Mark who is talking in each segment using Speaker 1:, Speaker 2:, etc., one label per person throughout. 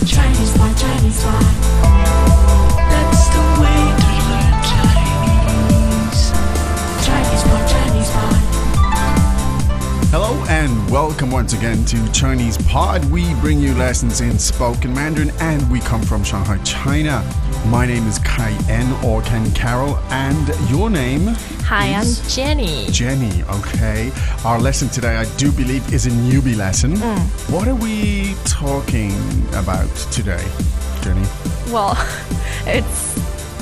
Speaker 1: my Chinese life. That's the way to learn Chinese. Chinese by Chinese by.
Speaker 2: Hello and welcome once again to Chinese Pod. We bring you lessons in spoken Mandarin and we come from Shanghai, China. My name is Kai N or Ken Carroll and your name?
Speaker 3: Hi, I'm
Speaker 2: is
Speaker 3: Jenny.
Speaker 2: Jenny, okay. Our lesson today, I do believe, is a newbie lesson. What are we talking about today, Jenny?
Speaker 3: Well, it's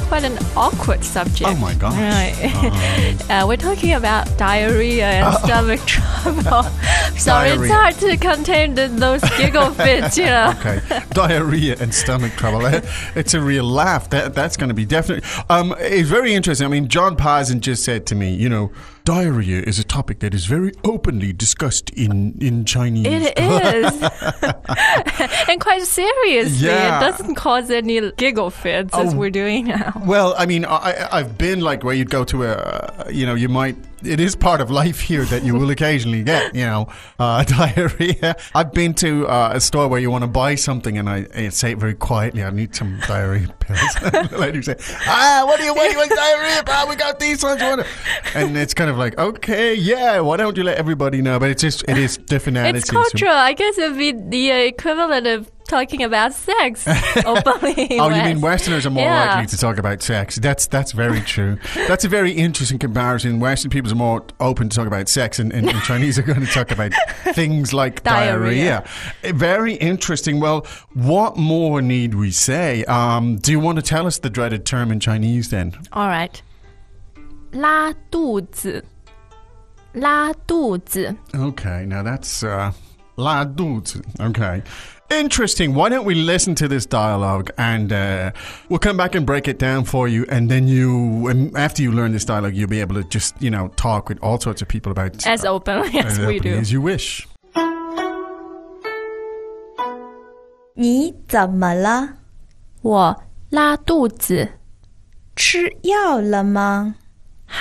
Speaker 3: quite an awkward subject.
Speaker 2: Oh my gosh.
Speaker 3: Right. uh, we're talking about diarrhea and stomach trouble. so
Speaker 2: Diarrhea.
Speaker 3: it's hard to contain the, those giggle fits, you know.
Speaker 2: Okay, diarrhea and stomach trouble. That- It's a real laugh. That that's going to be definitely. Um, it's very interesting. I mean, John Parson just said to me, you know, diarrhea is a topic that is very openly discussed in in Chinese.
Speaker 3: It is. and quite seriously,
Speaker 2: Yeah. Oh.
Speaker 3: it doesn't cause any giggle fits as we're doing now.
Speaker 2: Well, I mean, I, I- I've been like where you'd go to a, uh, you know, you might. It is part of life here that you will occasionally get, you know, uh, diarrhea. I've been to uh, a store where you want to buy something, and I, I say it very quietly. I need some diarrhea pills. the lady say, Ah, what do you want? You want diarrhea? Ah, we got these ones. You want it?" and it's kind of like, okay, yeah. Why don't you let everybody know? But it's just, it is different.
Speaker 3: It's cultural. I guess it'd be the uh, equivalent of talking about sex openly.
Speaker 2: Oh, you mean
Speaker 3: West.
Speaker 2: Westerners are more
Speaker 3: Yeah.
Speaker 2: likely to talk about sex? That's that's very true. that's a very interesting comparison. Western people are more open to talk about sex, and, and, and Chinese are going to talk about things like diarrhea.
Speaker 3: Diarrhea.
Speaker 2: Eh, Very interesting. Well, what more need we say? Um, do you want to tell us the dreaded term in Chinese then?
Speaker 3: All right. 拉肚子，拉肚子。
Speaker 2: Okay, now that's uh, la doute. Okay. Interesting. Why don't we listen to this dialogue and uh, we'll come back and break it down for you. And then you, and after you learn this dialogue, you'll be able to just, you know, talk with all sorts of people about
Speaker 3: As openly as we do.
Speaker 2: as you wish.
Speaker 4: 你怎么了？吃药了吗？
Speaker 3: 我拉肚子，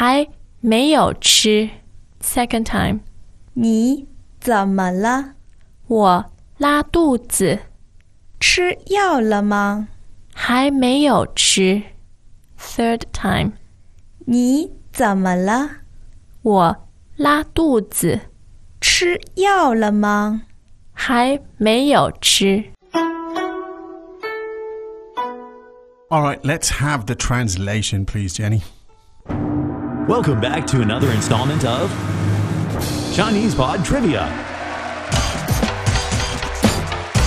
Speaker 3: 还没有吃。Second time.
Speaker 4: 你怎么了？吃药了吗？
Speaker 3: 我拉肚子，还没有吃。Third time.
Speaker 4: 你怎么了？吃药了吗？
Speaker 3: 我拉肚子，还没有吃。
Speaker 2: All right, let's have the translation, please, Jenny.
Speaker 5: Welcome back to another installment of Chinese Pod Trivia.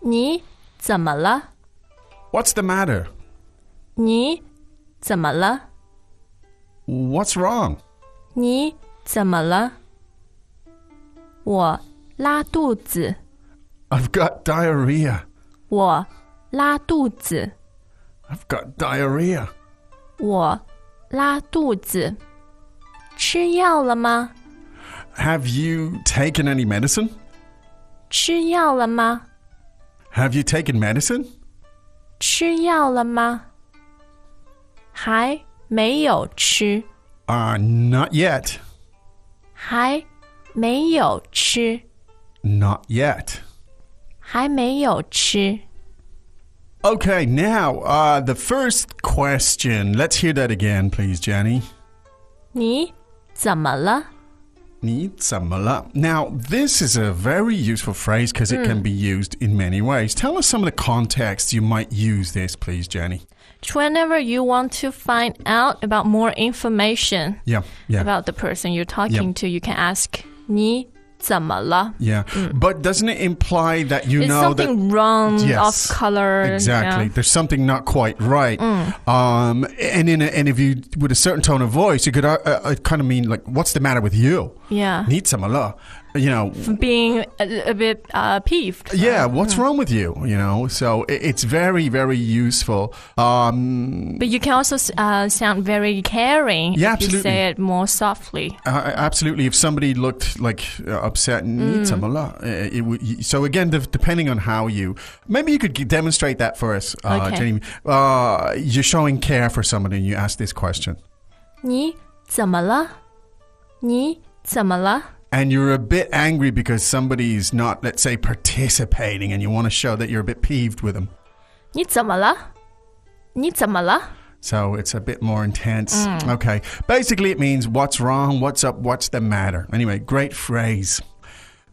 Speaker 3: 你怎么了？你怎么了？
Speaker 2: What's the matter? What's wrong?
Speaker 3: 你怎么了？我拉肚子，
Speaker 2: I've got diarrhea.
Speaker 3: 我拉肚子，
Speaker 2: I've got diarrhea.
Speaker 3: 我拉肚子。吃药了吗？
Speaker 2: Have you taken any medicine?
Speaker 3: 吃药了吗？
Speaker 2: Have you taken medicine?
Speaker 3: 吃药了吗？还没有吃，
Speaker 2: Uh, not yet.
Speaker 3: 还没有吃，
Speaker 2: Not yet.
Speaker 3: 还没有吃。
Speaker 2: Okay, now uh, the first question. Let's hear that again, please, Jenny.
Speaker 3: 你怎么了？
Speaker 2: 你怎么了? Now, this is a very useful phrase because it
Speaker 3: Hmm.
Speaker 2: can be used in many ways. Tell us some of the contexts you might use this, please, Jenny.
Speaker 3: Whenever you want to find out about more information,
Speaker 2: Yeah, yeah,
Speaker 3: about the person you're talking
Speaker 2: Yeah.
Speaker 3: to, you can ask 你怎么了?
Speaker 2: yeah. But doesn't it imply that you
Speaker 3: Is
Speaker 2: know that
Speaker 3: Mm. something wrong,
Speaker 2: Yes,
Speaker 3: off color?
Speaker 2: Exactly. There's something not quite right.
Speaker 3: Mm.
Speaker 2: Um, and in a, and if you with a certain tone of voice, you could uh, uh, kind of mean like, "What's the matter with you?"
Speaker 3: Yeah. yeah.
Speaker 2: Need some Allah. you know,
Speaker 3: being a, a bit uh, peeved.
Speaker 2: Oh, yeah, what's wrong with you? You know, so it, it's very, very useful. Um,
Speaker 3: But you can also s- uh, sound very caring
Speaker 2: Yeah,
Speaker 3: if you
Speaker 2: absolutely.
Speaker 3: say it more softly.
Speaker 2: a- absolutely. If somebody looked like uh, upset, mm. it, would- so again, de- depending on how you, maybe you could g- demonstrate that for us, uh,
Speaker 3: Okay.
Speaker 2: Jenny. Uh, you're showing care for somebody, and you ask this question.
Speaker 3: 你怎么了？你怎么了？
Speaker 2: and you're a bit angry because somebody's not, let's say, participating, and you want to show that you're a bit peeved with them.
Speaker 3: 你怎么了？你怎么了？
Speaker 2: So it's a bit more intense. Okay. Basically, it means what's wrong, what's up, what's the matter. Anyway, great phrase.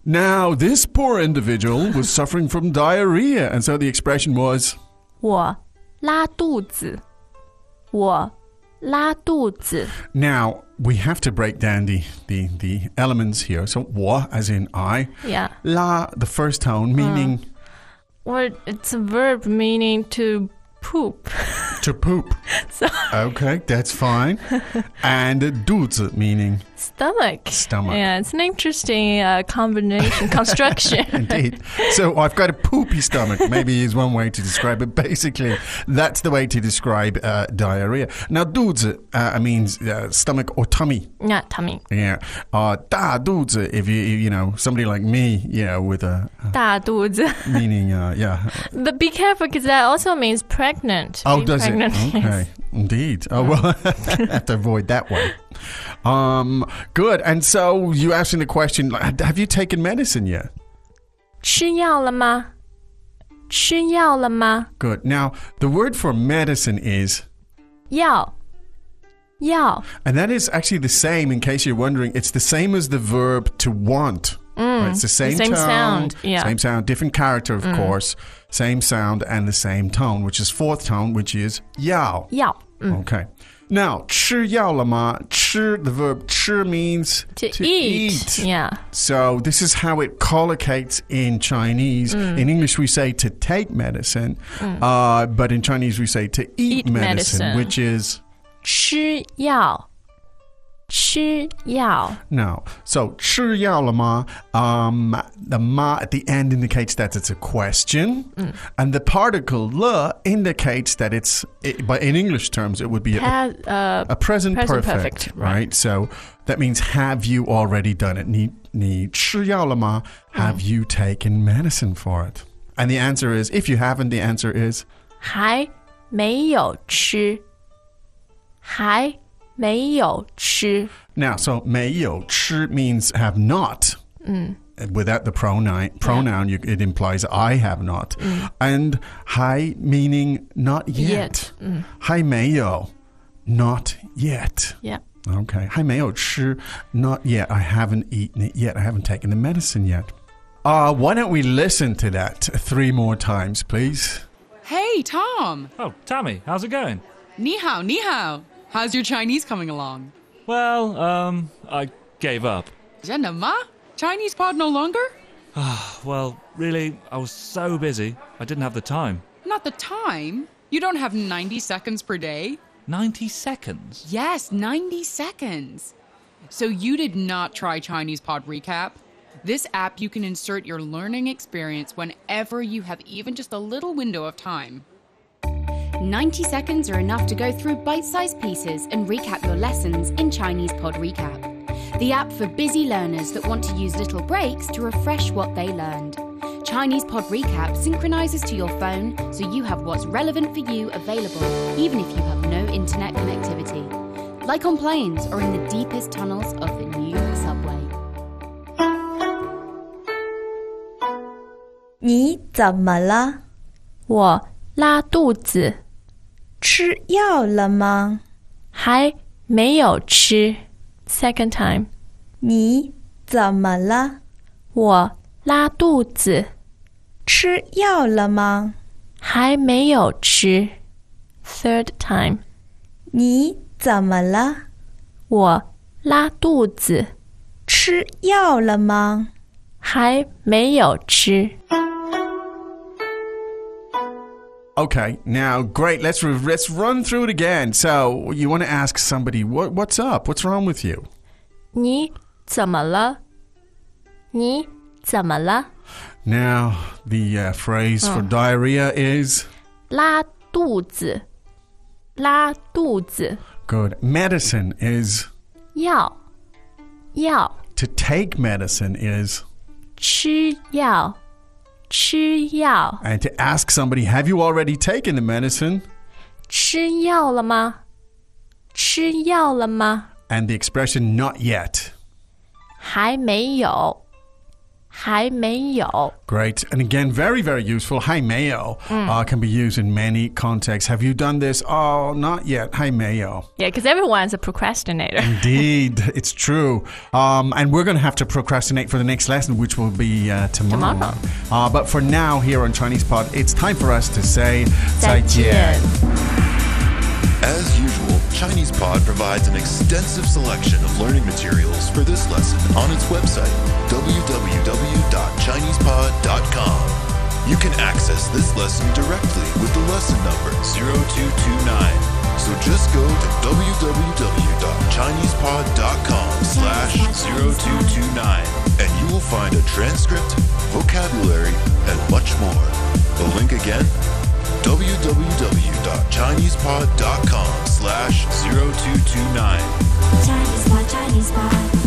Speaker 2: Now, this poor individual was suffering from diarrhea, and so the expression was
Speaker 3: 我拉肚子。我拉肚子。
Speaker 2: now we have to break down the, the, the elements here. So, wa as in I,
Speaker 3: Yeah.
Speaker 2: la, the first tone, meaning
Speaker 3: Well, it's a verb meaning to poop.
Speaker 2: to poop. okay, that's fine. And duzi, meaning
Speaker 3: Stomach.
Speaker 2: Stomach.
Speaker 3: Yeah, it's an interesting uh, combination, construction.
Speaker 2: Indeed. So I've got a poopy stomach, maybe is one way to describe it. Basically, that's the way to describe uh, diarrhea. Now, duzi uh, means uh, stomach or tummy.
Speaker 3: yeah, tummy.
Speaker 2: Yeah. Uh, da duzi, if you, you know, somebody like me, you know, with a
Speaker 3: 大肚子.
Speaker 2: meaning, uh, yeah.
Speaker 3: But be careful because that also means pregnant.
Speaker 2: Oh,
Speaker 3: Being
Speaker 2: does
Speaker 3: pregnant,
Speaker 2: it?
Speaker 3: yes.
Speaker 2: Okay. Indeed. Oh, well, have to avoid that one. Um, good. And so you asking the question, like, have you taken medicine yet?
Speaker 3: 吃药了吗？吃药了吗？药，药，
Speaker 2: Good. Now, the word for medicine is And that is actually the same, in case you're wondering. It's the same as the verb to want. Right? It's the same,
Speaker 3: Mm, same
Speaker 2: tone,
Speaker 3: sound, yeah. Mm.
Speaker 2: Same sound, different character, of course. Same sound and the same tone, which is fourth tone, which is yao.
Speaker 3: 药
Speaker 2: Okay. Now, 吃药了吗?吃, the verb 吃 means
Speaker 3: to, eat. Yeah.
Speaker 2: So this is how it collocates in Chinese.
Speaker 3: Mm.
Speaker 2: In English, we say to take medicine, uh, but in Chinese, we say to eat,
Speaker 3: Eat medicine.
Speaker 2: which is
Speaker 3: 吃药，吃药。
Speaker 2: No. So, 吃药了吗? Um, the ma at the end indicates that it's a question, and the particle le indicates that it's, it, but in English terms, it would be a,
Speaker 3: Pa- uh,
Speaker 2: a present,
Speaker 3: present
Speaker 2: perfect,
Speaker 3: perfect,
Speaker 2: right?
Speaker 3: right.
Speaker 2: So that means have you already done it? 你你吃药了吗? Have you taken medicine for it? And the answer is, if you haven't, the answer is
Speaker 3: 还没有吃，还没有吃。
Speaker 2: Now, so 没有吃 means have not. And Without the pronoun, pronoun you, it implies I have not. And 还 meaning not yet.
Speaker 3: Yet,
Speaker 2: 还没有, not yet.
Speaker 3: Yeah.
Speaker 2: Okay. 还没有吃, not yet. I haven't eaten it yet. I haven't taken the medicine yet. Uh, why don't we listen to that three more times, please?
Speaker 6: Hey, Tom.
Speaker 7: Oh, Tammy, how's it going?
Speaker 6: Ni hao, ni hao. How's your Chinese coming along?
Speaker 7: Well, um, I gave up.
Speaker 6: Jenna ma? Chinese pod no longer?
Speaker 7: Well, really, I was so busy, I didn't have the time.
Speaker 6: Not the time. You don't have 90 seconds per day?
Speaker 7: 90 seconds?
Speaker 6: Yes, 90 seconds. So you did not try Chinese pod recap? This app, you can insert your learning experience whenever you have even just a little window of time.
Speaker 8: 90 seconds are enough to go through bite sized pieces and recap your lessons in Chinese Pod Recap, the app for busy learners that want to use little breaks to refresh what they learned. Chinese Pod Recap synchronizes to your phone so you have what's relevant for you available, even if you have no internet connectivity, like on planes or in the deepest tunnels of the New York subway.
Speaker 4: 你怎么了？吃药了吗？
Speaker 3: 我拉肚子，还没有吃。Second time.
Speaker 4: 你怎么了？吃药了吗？
Speaker 3: 我拉肚子，还没有吃。Third time.
Speaker 4: 你怎么了？吃药了
Speaker 3: 我拉肚
Speaker 4: 吗？
Speaker 3: 子，还没有吃。
Speaker 2: Okay. Now, great. Let's re- let's run through it again. So you want to ask somebody what what's up? What's wrong with you?
Speaker 3: 你怎么了？你怎么了？
Speaker 2: Now, the uh, phrase for diarrhea is
Speaker 3: 拉肚子，拉肚子，
Speaker 2: good. Medicine is
Speaker 3: 药，药，
Speaker 2: to take medicine is,
Speaker 3: 吃药，吃药，
Speaker 2: and to ask somebody, have you already taken the medicine?
Speaker 3: 吃药了吗？吃药了吗？
Speaker 2: And the expression not yet.
Speaker 3: 还没有，还没有。
Speaker 2: Great. And again, very, very useful. Hey, mayo uh, can be used in many contexts. Have you done this? Oh, not yet. Hey, mayo.
Speaker 4: Yeah, because everyone's a procrastinator.
Speaker 2: Indeed, it's true. Um, and we're going to have to procrastinate for the next lesson, which will be uh, tomorrow.
Speaker 4: Tomorrow.
Speaker 2: Uh, but for now, here on Chinese Pod, it's time for us to say
Speaker 4: 再见。
Speaker 7: As usual, Chinese Pod provides an extensive selection of learning materials for this lesson on its website, www.chinesepod.com. You can access this lesson directly with the lesson number 0229. So just go to www.chinesepod.com slash 0229 and you will find a transcript, vocabulary, and much more. The link again www.chinesepod.com slash 0229
Speaker 1: Chinese pot, Chinese pot.